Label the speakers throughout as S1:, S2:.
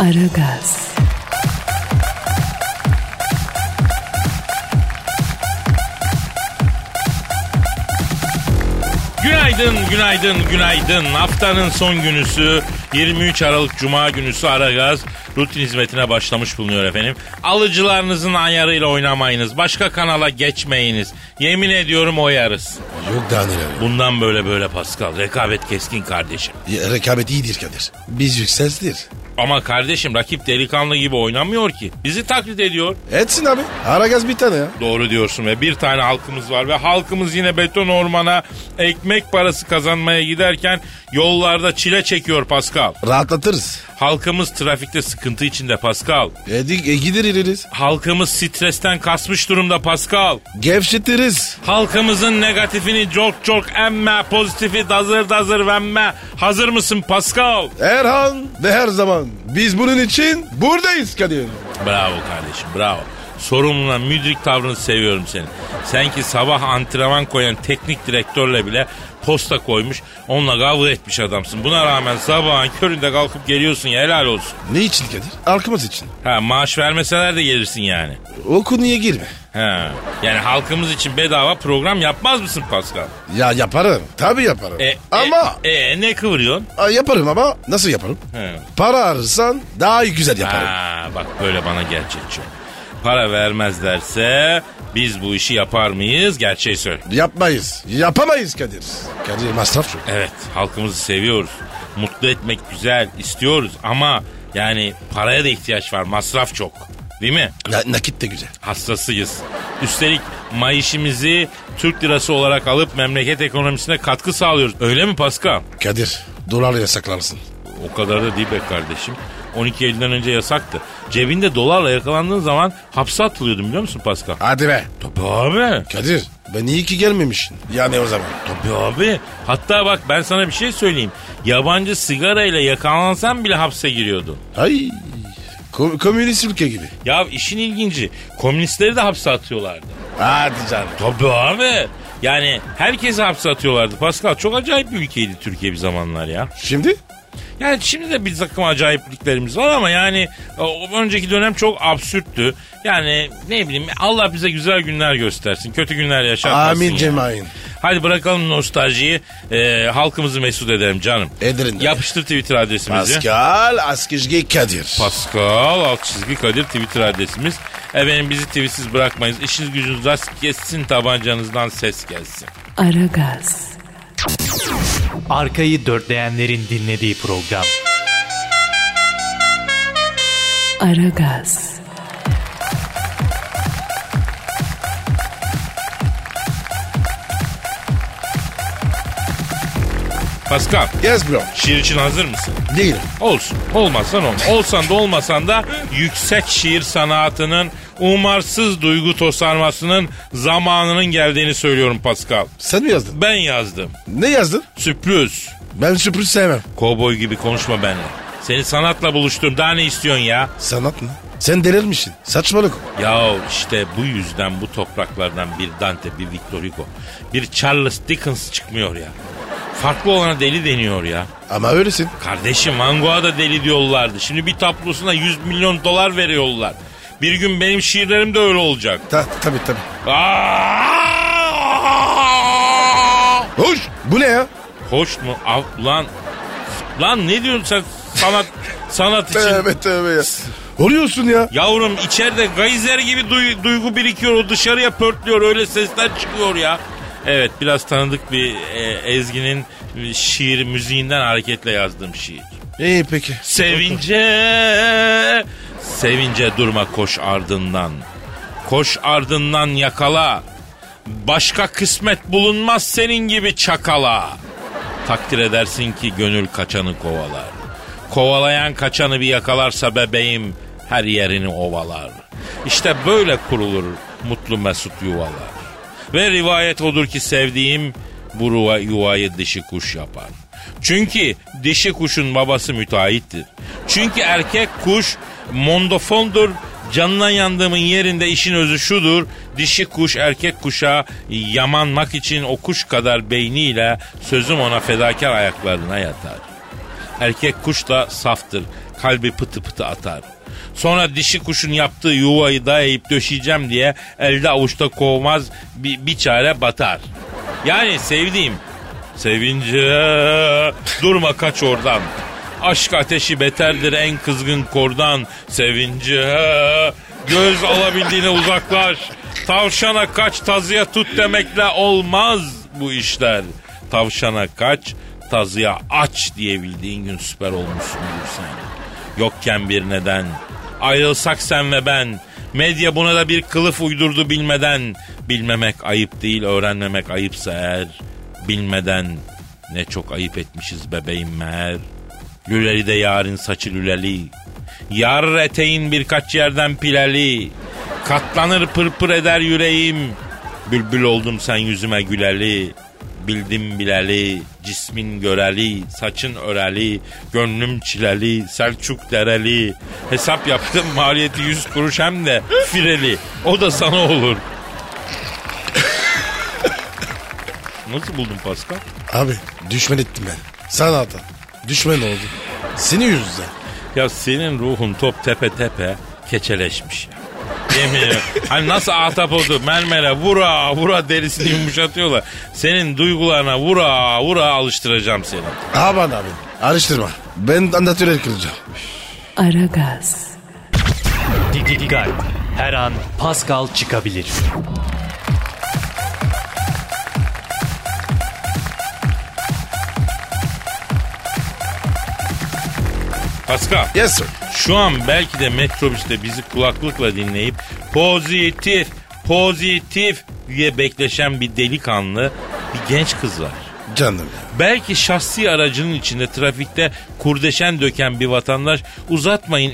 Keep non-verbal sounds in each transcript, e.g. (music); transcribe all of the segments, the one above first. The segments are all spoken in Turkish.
S1: Aragaz,
S2: Günaydın, günaydın, günaydın. Haftanın son günüsü 23 Aralık Cuma günüsü Aragaz rutin hizmetine başlamış bulunuyor efendim. Alıcılarınızın ayarıyla oynamayınız. Başka kanala geçmeyiniz. Yemin ediyorum oyarız.
S3: Yok Daniel abi.
S2: Bundan böyle böyle Pascal. Rekabet keskin kardeşim.
S3: Ya, Rekabet iyidir Kadir. Biz yükseltir.
S2: Ama kardeşim rakip delikanlı gibi oynamıyor ki. Bizi taklit ediyor.
S3: Etsin abi. Ara gaz bir tane ya.
S2: Doğru diyorsun ve bir tane halkımız var ve halkımız yine beton ormana ekmek parası kazanmaya giderken yollarda çile çekiyor Pascal.
S3: Rahatlatırız.
S2: Halkımız trafikte sıkıntı içinde Pascal.
S3: Edik e, gider iririz.
S2: Halkımız stresten kasmış durumda Pascal.
S3: Gevşetiriz.
S2: Halkımızın negatifini çok çok emme, pozitifi dazır dazır vemme. Hazır mısın Pascal?
S3: Erhan ve her zaman biz bunun için buradayız Kadir.
S2: Bravo kardeşim, bravo. Sorumluluğuna müdrik tavrını seviyorum seni. Sen ki sabah antrenman koyan teknik direktörle bile posta koymuş, onunla kavga etmiş adamsın. Buna rağmen sabahın köründe kalkıp geliyorsun ya helal olsun.
S3: Ne için Kadir? Halkımız için.
S2: Ha maaş vermeseler de gelirsin yani.
S3: O konuya girme.
S2: Ha. Yani halkımız için bedava program yapmaz mısın Pascal?
S3: Ya yaparım. Tabii yaparım.
S2: E,
S3: ama
S2: E, e, ne kıvırıyorsun?
S3: A, yaparım ama nasıl yaparım?
S2: He.
S3: Para ararsan daha iyi güzel yaparım.
S2: Ha, bak böyle bana gerçekçi. ol. Para vermezlerse biz bu işi yapar mıyız? Gerçeği söyle.
S3: Yapmayız. Yapamayız Kadir. Kadir masraf çok.
S2: Evet halkımızı seviyoruz. Mutlu etmek güzel istiyoruz ama yani paraya da ihtiyaç var. Masraf çok. Değil mi?
S3: Na- nakit de güzel.
S2: Hassasıyız. Üstelik mayişimizi Türk lirası olarak alıp memleket ekonomisine katkı sağlıyoruz. Öyle mi Pascal?
S3: Kadir dolar yasaklansın.
S2: O kadar da değil be kardeşim. 12 Eylül'den önce yasaktı. Cebinde dolarla yakalandığın zaman hapse atılıyordun biliyor musun Pascal?
S3: Hadi be.
S2: Tabii abi.
S3: Kadir ben iyi ki gelmemişsin. Yani o zaman.
S2: Tabii abi. Hatta bak ben sana bir şey söyleyeyim. Yabancı sigarayla yakalansan bile hapse giriyordun.
S3: Ay ko- komünist ülke gibi.
S2: Ya işin ilginci komünistleri de hapse atıyorlardı.
S3: Hadi canım.
S2: Tabii abi. Yani herkesi hapse atıyorlardı Pascal. Çok acayip bir ülkeydi Türkiye bir zamanlar ya.
S3: Şimdi?
S2: Yani şimdi de bir takım acayipliklerimiz var ama yani e, o önceki dönem çok absürttü. Yani ne bileyim Allah bize güzel günler göstersin. Kötü günler yaşatmasın.
S3: Amin
S2: ya.
S3: cemain.
S2: Hadi bırakalım nostaljiyi. Ee, halkımızı mesut edelim canım.
S3: Ederim de.
S2: Yapıştır Twitter adresimizi.
S3: Pascal Askizgi Kadir.
S2: Pascal alt çizgi Kadir Twitter adresimiz. Efendim bizi tweetsiz bırakmayız. İşiniz gücünüz rast kessin tabancanızdan ses gelsin.
S1: Aragaz,
S4: Arkayı dörtleyenlerin dinlediği program.
S1: Aragaz,
S2: Pascal
S3: yes bro.
S2: şiir için hazır mısın?
S3: Değilim.
S2: Olsun. Olmazsan olmaz. Olsan da olmasan da yüksek şiir sanatının umarsız duygu tosarmasının zamanının geldiğini söylüyorum Pascal.
S3: Sen mi yazdın?
S2: Ben yazdım.
S3: Ne yazdın?
S2: Sürpriz.
S3: Ben sürpriz sevmem.
S2: Kovboy gibi konuşma benimle. Seni sanatla buluşturum. Daha ne istiyorsun ya?
S3: Sanat mı? Sen delirmişsin. Saçmalık.
S2: Ya işte bu yüzden bu topraklardan bir Dante, bir Victor Hugo, bir Charles Dickens çıkmıyor ya. Farklı olana deli deniyor ya.
S3: Ama öylesin.
S2: Kardeşim Van Gogh'a da deli diyorlardı. Şimdi bir tablosuna 100 milyon dolar veriyorlar. Bir gün benim şiirlerim de öyle olacak.
S3: Ta tabii tabii.
S2: Aa!
S3: Hoş. Bu ne ya?
S2: Hoş mu? Av- Lan, lan ne diyorsun sen sanat, sanat için?
S3: Tövbe tövbe ya. Oluyorsun ya.
S2: Yavrum içeride gayzer gibi duy- duygu birikiyor. O dışarıya pörtlüyor. Öyle sesler çıkıyor ya. Evet biraz tanıdık bir e, Ezgi'nin e, şiir müziğinden hareketle yazdığım şiir.
S3: İyi peki.
S2: Sevince, sevince durma koş ardından. Koş ardından yakala. Başka kısmet bulunmaz senin gibi çakala. Takdir edersin ki gönül kaçanı kovalar. Kovalayan kaçanı bir yakalarsa bebeğim her yerini ovalar. İşte böyle kurulur mutlu mesut yuvalar. Ve rivayet odur ki sevdiğim bu ruva- yuvayı dişi kuş yapar. Çünkü dişi kuşun babası müteahhittir. Çünkü erkek kuş mondofondur. Canına yandığımın yerinde işin özü şudur. Dişi kuş erkek kuşa yamanmak için o kuş kadar beyniyle sözüm ona fedakar ayaklarına yatar. Erkek kuş da saftır. Kalbi pıtı pıtı atar. Sonra dişi kuşun yaptığı yuvayı dayayıp döşeyeceğim diye elde avuçta kovmaz bir, bir çare batar. Yani sevdiğim sevince durma kaç oradan. Aşk ateşi beterdir en kızgın kordan sevince göz alabildiğine uzaklaş. Tavşana kaç tazıya tut demekle olmaz bu işler. Tavşana kaç tazıya aç diyebildiğin gün süper olmuşsundur sen. Yokken bir neden. Ayrılsak sen ve ben. Medya buna da bir kılıf uydurdu bilmeden. Bilmemek ayıp değil, öğrenmemek ayıpsa eğer. Bilmeden ne çok ayıp etmişiz bebeğim meğer. Lüleli de yarın saçı lüleli. Yar eteğin birkaç yerden pileli. Katlanır pırpır eder yüreğim. Bülbül oldum sen yüzüme güleli. Bildim bileli, cismin göreli, saçın öreli, gönlüm çileli, Selçuk dereli. Hesap yaptım maliyeti 100 kuruş hem de fireli. O da sana olur. (coughs) Nasıl buldun Pascal?
S3: Abi düşman ettim ben. Sanata. Düşman oldu. Seni yüzünden.
S2: Ya senin ruhun top tepe tepe keçeleşmiş ya. Yemin ediyorum. Hani nasıl ahtapotu mermere vura vura derisini yumuşatıyorlar. Senin duygularına vura vura alıştıracağım seni.
S3: Aman abi. Araştırma. Ben anlatörel kıracağım.
S1: Aragaz,
S4: Didi Gal. Her an Pascal çıkabilir.
S2: Pascal.
S3: Yes sir.
S2: Şu an belki de metrobüste bizi kulaklıkla dinleyip pozitif, pozitif diye bekleşen bir delikanlı, bir genç kız var.
S3: Canım ya.
S2: Belki şahsi aracının içinde trafikte kurdeşen döken bir vatandaş uzatmayın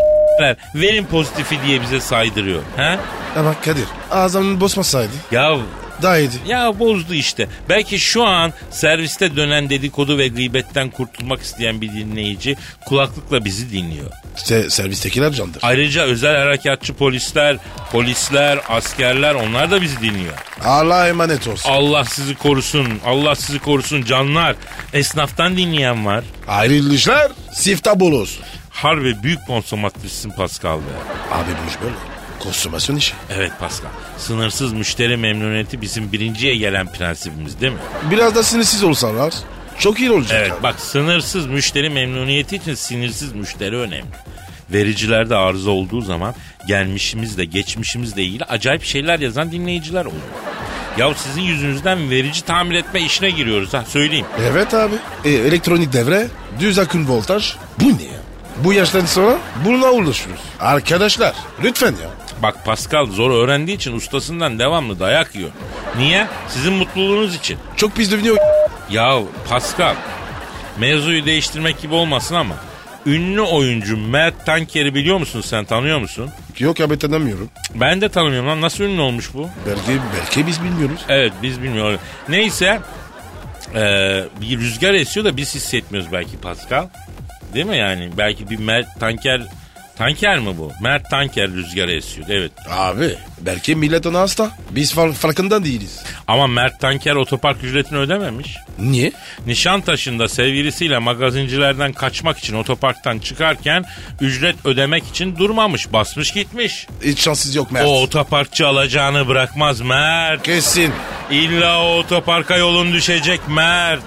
S2: verin pozitifi diye bize saydırıyor. He?
S3: Ama Kadir ağzımı bozmasaydı
S2: Ya
S3: daha iyiydi.
S2: ya bozdu işte. Belki şu an serviste dönen dedikodu ve gıybetten kurtulmak isteyen bir dinleyici kulaklıkla bizi dinliyor.
S3: Se servistekiler candır.
S2: Ayrıca özel harekatçı polisler, polisler, askerler onlar da bizi dinliyor.
S3: Allah'a emanet olsun.
S2: Allah sizi korusun, Allah sizi korusun canlar. Esnaftan dinleyen var.
S3: Ayrılışlar sifta bol olsun.
S2: Harbi büyük konsomatrissin Pascal be.
S3: Abi bu iş böyle. Kostümasyon işi.
S2: Evet Pascal. Sınırsız müşteri memnuniyeti bizim birinciye gelen prensibimiz değil mi?
S3: Biraz da sinirsiz olsalar çok iyi olacak.
S2: Evet
S3: abi.
S2: bak sınırsız müşteri memnuniyeti için sinirsiz müşteri önemli. Vericilerde arıza olduğu zaman gelmişimizle geçmişimizle ilgili acayip şeyler yazan dinleyiciler oluyor. Ya sizin yüzünüzden verici tamir etme işine giriyoruz ha söyleyeyim.
S3: Evet abi. E, elektronik devre, düz akım voltaj. Bu ne ya? Bu yaştan sonra bununla uğraşıyoruz. Arkadaşlar lütfen ya.
S2: Bak Pascal zor öğrendiği için ustasından devamlı dayak yiyor. Niye? Sizin mutluluğunuz için.
S3: Çok pis dövünüyor.
S2: Ya Pascal mevzuyu değiştirmek gibi olmasın ama ünlü oyuncu Mert Tanker'i biliyor musun sen tanıyor musun?
S3: Yok ya ben tanımıyorum.
S2: Ben de tanımıyorum lan nasıl ünlü olmuş bu?
S3: Belki, belki biz bilmiyoruz.
S2: Evet biz bilmiyoruz. Neyse eee, bir rüzgar esiyor da biz hissetmiyoruz belki Pascal. Değil mi yani? Belki bir Mert Tanker Tanker mi bu? Mert Tanker rüzgarı esiyor. Evet.
S3: Abi belki millet ona hasta. Biz far- farkında değiliz.
S2: Ama Mert Tanker otopark ücretini ödememiş.
S3: Niye?
S2: Nişantaşı'nda sevgilisiyle magazincilerden kaçmak için otoparktan çıkarken ücret ödemek için durmamış. Basmış gitmiş.
S3: Hiç şanssız yok Mert.
S2: O otoparkçı alacağını bırakmaz Mert.
S3: Kesin.
S2: İlla o otoparka yolun düşecek Mert.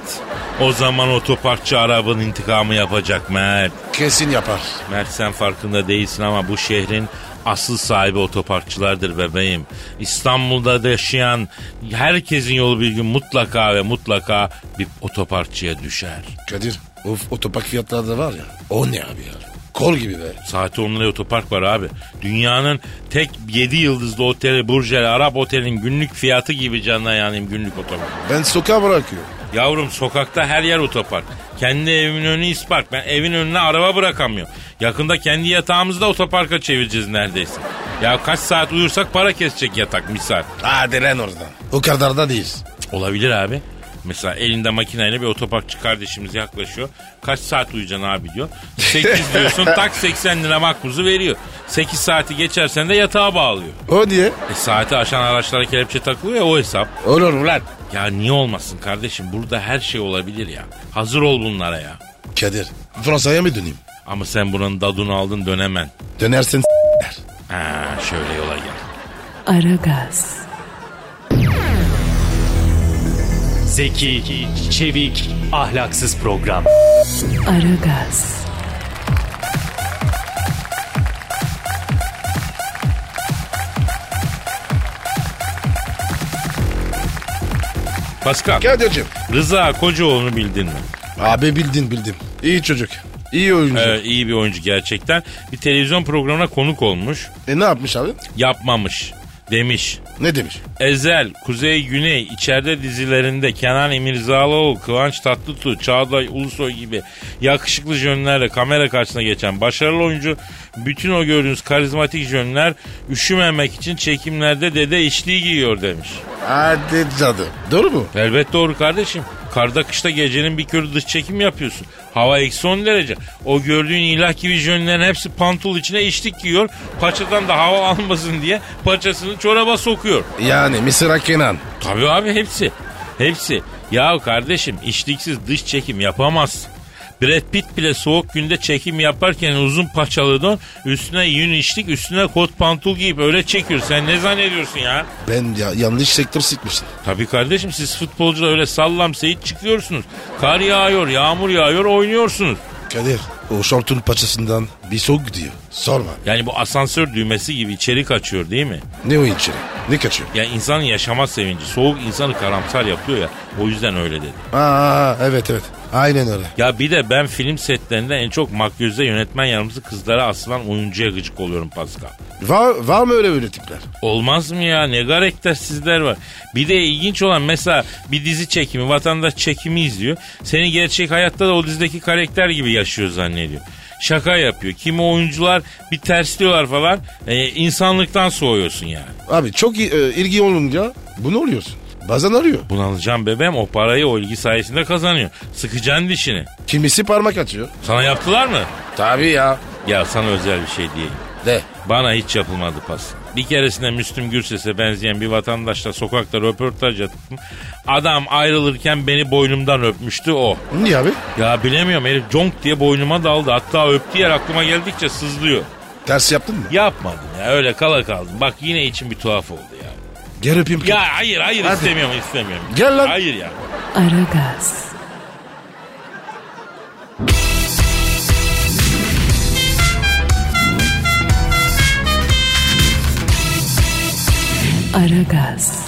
S2: O zaman otoparkçı Arap'ın intikamı yapacak Mert.
S3: Kesin yapar.
S2: Mert sen farkında değilsin ama bu şehrin asıl sahibi otoparkçılardır bebeğim. İstanbul'da da yaşayan herkesin yolu bir gün mutlaka ve mutlaka bir otoparkçıya düşer.
S3: Kadir of otopark fiyatları da var ya. O ne abi ya? Kol gibi be.
S2: Saati 10 liraya otopark var abi. Dünyanın tek 7 yıldızlı oteli Burjel Arap Otel'in günlük fiyatı gibi canına yanayım günlük otopark.
S3: Ben sokağa bırakıyorum.
S2: Yavrum sokakta her yer otopark. Kendi evimin önü ispark. Ben evin önüne araba bırakamıyorum. Yakında kendi yatağımızı da otoparka çevireceğiz neredeyse. Ya kaç saat uyursak para kesecek yatak misal.
S3: Hadi lan oradan. O kadar da değil.
S2: Olabilir abi. Mesela elinde makineyle bir otoparkçı kardeşimiz yaklaşıyor. Kaç saat uyuyacaksın abi diyor. 8 diyorsun tak 80 lira makbuzu veriyor. 8 saati geçersen de yatağa bağlıyor.
S3: O diye.
S2: E saati aşan araçlara kelepçe takılıyor ya o hesap.
S3: Olur ulan.
S2: Ya niye olmasın kardeşim burada her şey olabilir ya. Hazır ol bunlara ya.
S3: Kadir Fransa'ya mı döneyim?
S2: Ama sen buranın dadunu aldın dönemen.
S3: Dönersen s**ler.
S2: Ha şöyle yola gel.
S1: Aragaz,
S4: Zeki, çevik, ahlaksız program.
S1: Aragaz,
S2: Pascal
S3: Kadir'cim.
S2: Rıza Kocaoğlu'nu bildin mi?
S3: Abi bildin bildim. İyi çocuk. İyi oyuncu.
S2: Ee, iyi bir oyuncu gerçekten. Bir televizyon programına konuk olmuş.
S3: E ne yapmış abi?
S2: Yapmamış demiş.
S3: Ne demiş?
S2: Ezel, Kuzey, Güney, içeride dizilerinde Kenan İmirzalıoğlu, Kıvanç Tatlıtuğ, Çağatay Ulusoy gibi yakışıklı jönlerle kamera karşısına geçen başarılı oyuncu bütün o gördüğünüz karizmatik jönler üşümemek için çekimlerde dede içliği giyiyor demiş.
S3: Hadi cadı. Doğru mu?
S2: Elbet doğru kardeşim. Karda kışta gecenin bir körü dış çekim yapıyorsun. Hava eksi 10 derece. O gördüğün ilah gibi jönlerin hepsi pantol içine içlik giyiyor. Paçadan da hava almasın diye paçasını çoraba sokuyor.
S3: Yani Mısır'a Kenan.
S2: Tabii abi hepsi. Hepsi. Ya kardeşim içliksiz dış çekim yapamaz. Brad Pitt bile soğuk günde çekim yaparken uzun paçalı don üstüne yün içlik üstüne kot pantol giyip öyle çekiyor. Sen ne zannediyorsun ya?
S3: Ben ya, yanlış sektör sıkmışım.
S2: Tabii kardeşim siz futbolcular öyle sallam seyit çıkıyorsunuz. Kar yağıyor, yağmur yağıyor oynuyorsunuz.
S3: Kadir o şortun paçasından bir soğuk gidiyor. Sorma.
S2: Yani bu asansör düğmesi gibi içeri kaçıyor değil mi?
S3: Ne o içeri? Ne kaçıyor?
S2: Ya insanın yaşama sevinci, soğuk insanı karamsar yapıyor ya. O yüzden öyle dedi.
S3: Aa evet evet. Aynen öyle.
S2: Ya bir de ben film setlerinde en çok makyözde yönetmen yardımcısı kızlara asılan oyuncuya gıcık oluyorum Pascal.
S3: Var, var mı öyle böyle tipler?
S2: Olmaz mı ya? Ne garektersizler var. Bir de ilginç olan mesela bir dizi çekimi, vatandaş çekimi izliyor. Seni gerçek hayatta da o dizideki karakter gibi yaşıyor zannediyor. Şaka yapıyor. Kimi oyuncular bir tersliyorlar falan. Ee, insanlıktan soğuyorsun yani.
S3: Abi çok i- e, ilgi olunca bu ne oluyorsun? Bazen arıyor.
S2: Bunalacağım bebeğim o parayı o ilgi sayesinde kazanıyor. Sıkacaksın dişini.
S3: Kimisi parmak atıyor.
S2: Sana yaptılar mı?
S3: Tabii ya.
S2: Ya sana özel bir şey diyeyim.
S3: De.
S2: Bana hiç yapılmadı pas. Bir keresinde Müslüm Gürses'e benzeyen bir vatandaşla sokakta röportaj yaptım. Adam ayrılırken beni boynumdan öpmüştü o.
S3: Niye abi?
S2: Ya bilemiyorum herif conk diye boynuma daldı. Hatta öptüğü yer aklıma geldikçe sızlıyor.
S3: Ters yaptın mı?
S2: Yapmadım ya öyle kala kaldım. Bak yine içim bir tuhaf oldu ya.
S3: Gel öpeyim.
S2: Ya hayır hayır istemiyorum istemiyorum.
S3: Gel lan.
S2: Hayır ya.
S1: Aragaz, Aragaz,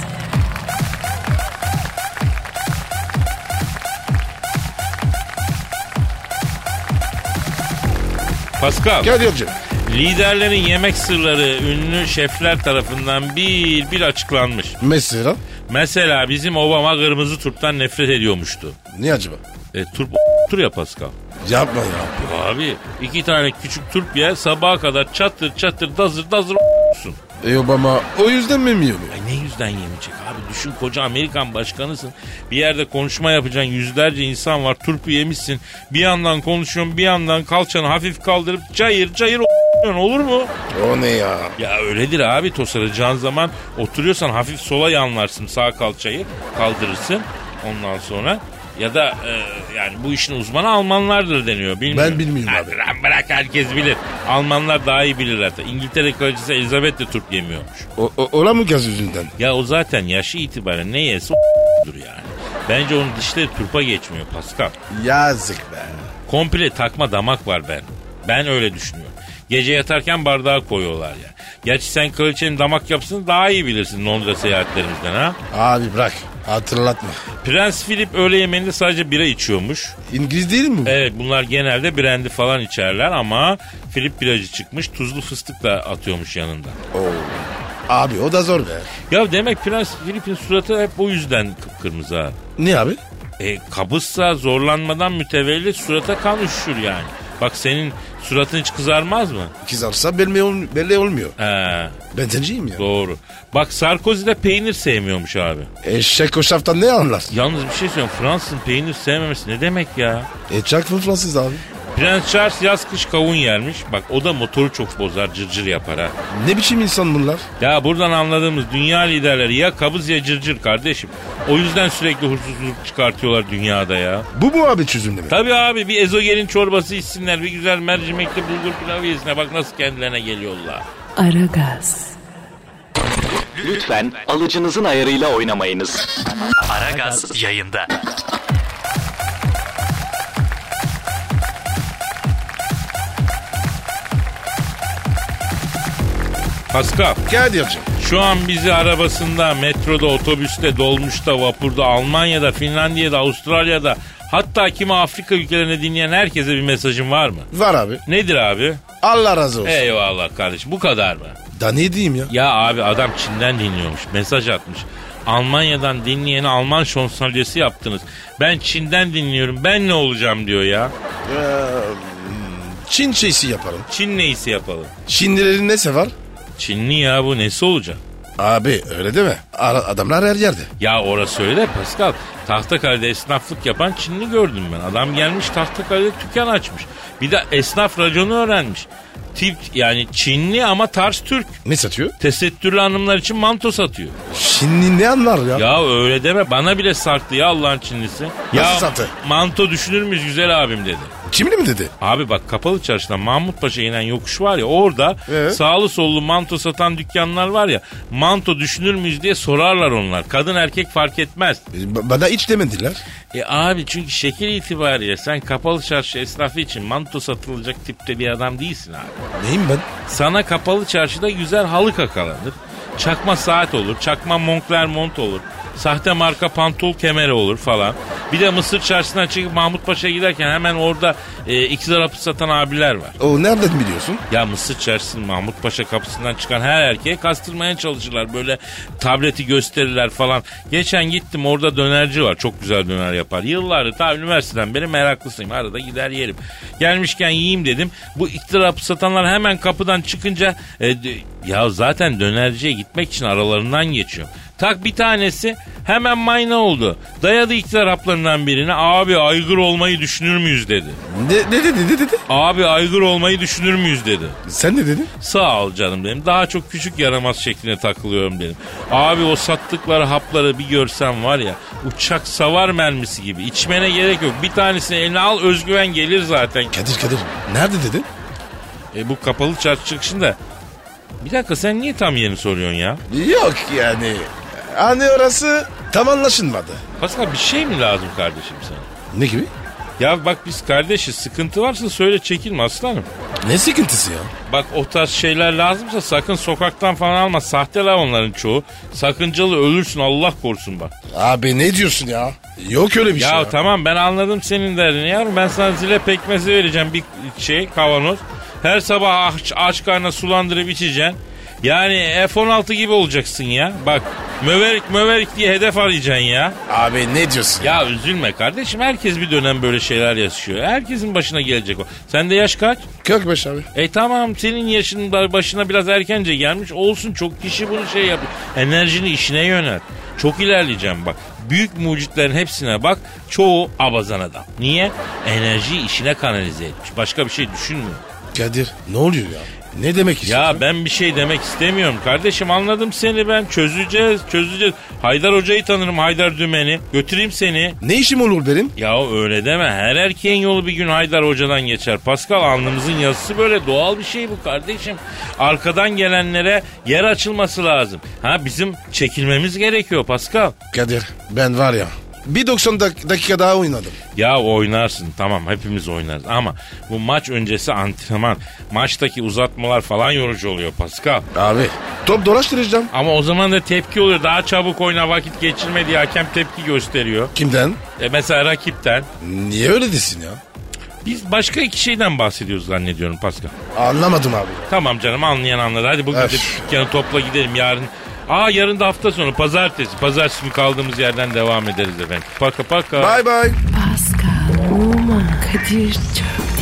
S2: Pascal.
S3: Gel yavcım.
S2: Liderlerin yemek sırları ünlü şefler tarafından bir bir açıklanmış.
S3: Mesela.
S2: Mesela bizim Obama kırmızı turptan nefret ediyormuştu.
S3: Ne acaba?
S2: E, turp tur ya Pascal.
S3: Yapma ya.
S2: Abi iki tane küçük turp ye sabaha kadar çatır çatır dazır dazır olsun.
S3: E Obama o yüzden mi mi yiyor?
S2: Ay ne yüzden yemeyecek abi düşün koca Amerikan başkanısın. Bir yerde konuşma yapacaksın yüzlerce insan var turpu yemişsin. Bir yandan konuşuyorsun bir yandan kalçanı hafif kaldırıp cayır cayır o- olur mu?
S3: O ne ya?
S2: Ya öyledir abi tosaracağın zaman oturuyorsan hafif sola yanlarsın sağ kalçayı kaldırırsın ondan sonra ya da e, yani bu işin uzmanı Almanlardır deniyor. Bilmiyorum.
S3: Ben bilmiyorum
S2: Hadi
S3: abi.
S2: lan bırak herkes bilir. Almanlar daha iyi bilir hatta. İngiltere kraliçesi Elizabeth de turp yemiyormuş.
S3: O, o, ola mı gaz yüzünden?
S2: Ya o zaten yaşı itibariyle ne yese dur yani. Bence onun dişleri turpa geçmiyor Pascal.
S3: Yazık be.
S2: Komple takma damak var ben. Ben öyle düşünüyorum. Gece yatarken bardağa koyuyorlar ya. Gerçi sen kraliçenin damak yapısını daha iyi bilirsin Londra seyahatlerimizden ha.
S3: Abi bırak. Hatırlatma.
S2: Prens Philip öğle yemeğinde sadece bira içiyormuş.
S3: İngiliz değil mi? bu?
S2: Evet bunlar genelde brandy falan içerler ama Philip biracı çıkmış tuzlu fıstık da atıyormuş yanında.
S3: Oo. Abi o da zor be.
S2: Ya demek Prens Philip'in suratı hep o yüzden kıpkırmızı ha.
S3: Niye abi?
S2: E, kabızsa zorlanmadan mütevellit surata kan üşür yani. Bak senin suratın hiç kızarmaz mı?
S3: Kızarsa belli, ol, belli olmuyor.
S2: He,
S3: Ben zenciyim ya.
S2: doğru. Bak Sarkozy de peynir sevmiyormuş abi.
S3: E, Eşek o şaftan ne anlar?
S2: Yalnız bir şey söyleyeyim. Fransızın peynir sevmemesi ne demek ya?
S3: E çak mı Fransız abi?
S2: Prens Charles yaz kış kavun yermiş. Bak o da motoru çok bozar cırcır yapar ha.
S3: Ne biçim insan bunlar?
S2: Ya buradan anladığımız dünya liderleri ya kabız ya cırcır kardeşim. O yüzden sürekli huzursuzluk çıkartıyorlar dünyada ya.
S3: Bu mu abi çözümleme?
S2: Tabii abi bir ezogelin çorbası içsinler. Bir güzel mercimekli bulgur pilavı yesinler. Bak nasıl kendilerine geliyorlar.
S1: Aragaz.
S5: Lütfen alıcınızın ayarıyla oynamayınız.
S4: Aragaz yayında.
S2: Pascal
S3: Kadir'cim.
S2: şu an bizi arabasında, metroda, otobüste, dolmuşta, vapurda, Almanya'da, Finlandiya'da, Avustralya'da hatta kimi Afrika ülkelerine dinleyen herkese bir mesajın var mı?
S3: Var abi.
S2: Nedir abi?
S3: Allah razı olsun.
S2: Eyvallah kardeşim bu kadar mı?
S3: Da ne diyeyim ya?
S2: Ya abi adam Çin'den dinliyormuş. Mesaj atmış. Almanya'dan dinleyeni Alman şonsalyesi yaptınız. Ben Çin'den dinliyorum. Ben ne olacağım diyor ya.
S3: Çin şeysi yaparım.
S2: Çin neyse yapalım.
S3: Çinlilerin ne sever?
S2: Çinli ya bu nesi olacak?
S3: Abi öyle deme. Ara- adamlar her yerde.
S2: Ya orası öyle Pascal. Tahtakale'de esnaflık yapan Çinli gördüm ben. Adam gelmiş Tahtakale'de dükkan açmış. Bir de esnaf raconu öğrenmiş. Tip yani Çinli ama tarz Türk.
S3: Ne satıyor?
S2: Tesettürlü hanımlar için manto satıyor.
S3: Çinli ne anlar ya?
S2: Ya öyle deme bana bile sarktı ya Allah'ın Çinlisi. ya
S3: sattı?
S2: manto düşünür müyüz güzel abim dedi.
S3: Çinli mi dedi?
S2: Abi bak kapalı çarşıdan Mahmut Paşa inen yokuş var ya orada
S3: Ee?
S2: sağlı sollu manto satan dükkanlar var ya manto düşünür müyüz diye sorarlar onlar. Kadın erkek fark etmez.
S3: E, ba- bana hiç demediler.
S2: E abi çünkü şekil itibariyle sen kapalı çarşı esnafı için manto satılacak tipte bir adam değilsin abi.
S3: Neyim ben?
S2: Sana kapalı çarşıda güzel halı kakalanır. Çakma saat olur, çakma Moncler mont olur. Sahte marka pantol kemeri olur falan. Bir de Mısır çarşısına çıkıp Mahmut Paşa'ya giderken hemen orada e, iki zarapı satan abiler var.
S3: O nereden biliyorsun?
S2: Ya Mısır çarşısının Mahmut Paşa kapısından çıkan her erkeğe kastırmaya çalışırlar. Böyle tableti gösterirler falan. Geçen gittim orada dönerci var. Çok güzel döner yapar. Yıllardır ta üniversiteden beri meraklısıyım. Arada gider yerim. Gelmişken yiyeyim dedim. Bu iktirapı satanlar hemen kapıdan çıkınca... e, d- ya zaten dönerciye gitmek için aralarından geçiyorum. Tak bir tanesi hemen mayna oldu. Dayadı iktiraplarından birine. Abi aygır olmayı düşünür müyüz dedi.
S3: Ne, ne dedi, ne dedi?
S2: Abi aygır olmayı düşünür müyüz dedi.
S3: Sen ne dedin?
S2: Sağ ol canım dedim. Daha çok küçük yaramaz şekline takılıyorum dedim. Abi o sattıkları hapları bir görsen var ya uçak savar mermisi gibi. İçmene gerek yok. Bir tanesini eline al özgüven gelir zaten.
S3: Kadir Kadir. Nerede dedi?
S2: E, bu kapalı çarşı çıkışında. Bir dakika sen niye tam yerini soruyorsun ya?
S3: Yok yani. Hani orası tam anlaşılmadı.
S2: Pascal bir şey mi lazım kardeşim sana?
S3: Ne gibi?
S2: Ya bak biz kardeşiz sıkıntı varsa söyle çekinme aslanım.
S3: Ne sıkıntısı ya?
S2: Bak o tarz şeyler lazımsa sakın sokaktan falan alma. Sahte la onların çoğu. Sakıncalı ölürsün Allah korusun bak.
S3: Abi ne diyorsun ya? Yok öyle bir
S2: Ya,
S3: şey ya.
S2: tamam ben anladım senin derdini yavrum. Ben sana zile pekmezi vereceğim bir şey kavanoz. Her sabah aç, aç karnına sulandırıp içeceksin. Yani F-16 gibi olacaksın ya. Bak möverik möverik diye hedef arayacaksın ya.
S3: Abi ne diyorsun?
S2: Ya üzülme kardeşim herkes bir dönem böyle şeyler yaşıyor. Herkesin başına gelecek o. Sende yaş kaç?
S3: Kök beş abi.
S2: E tamam senin yaşın ba- başına biraz erkence gelmiş olsun çok kişi bunu şey yapıyor. Enerjini işine yönelt. Çok ilerleyeceğim bak. Büyük mucitlerin hepsine bak. Çoğu abazan adam. Niye? Enerjiyi işine kanalize etmiş. Başka bir şey düşünmüyor.
S3: Kadir ne oluyor ya? Ne demek istiyorsun?
S2: Ya ben bir şey demek istemiyorum. Kardeşim anladım seni ben. Çözeceğiz, çözeceğiz. Haydar Hoca'yı tanırım Haydar Dümen'i. Götüreyim seni.
S3: Ne işim olur benim?
S2: Ya öyle deme. Her erkeğin yolu bir gün Haydar Hoca'dan geçer. Pascal alnımızın yazısı böyle doğal bir şey bu kardeşim. Arkadan gelenlere yer açılması lazım. Ha bizim çekilmemiz gerekiyor Pascal.
S3: Kadir ben var ya bir 90 dak- dakika daha oynadım.
S2: Ya oynarsın tamam hepimiz oynarız ama bu maç öncesi antrenman. Maçtaki uzatmalar falan yorucu oluyor Pascal.
S3: Abi top dolaştıracağım.
S2: Ama o zaman da tepki oluyor. Daha çabuk oyna vakit geçirme diye hakem tepki gösteriyor.
S3: Kimden?
S2: E mesela rakipten.
S3: Niye öyle desin ya?
S2: Biz başka iki şeyden bahsediyoruz zannediyorum Pascal.
S3: Anlamadım abi.
S2: Tamam canım anlayan anladı. Hadi bugün de
S3: Öf.
S2: dükkanı topla gidelim yarın Aa yarın da hafta sonu pazartesi. Pazartesi günü kaldığımız yerden devam ederiz efendim. Paka paka.
S3: Bye bye.
S1: Pascal, Oman, Kadir çok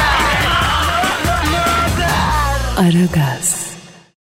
S1: Aragaz.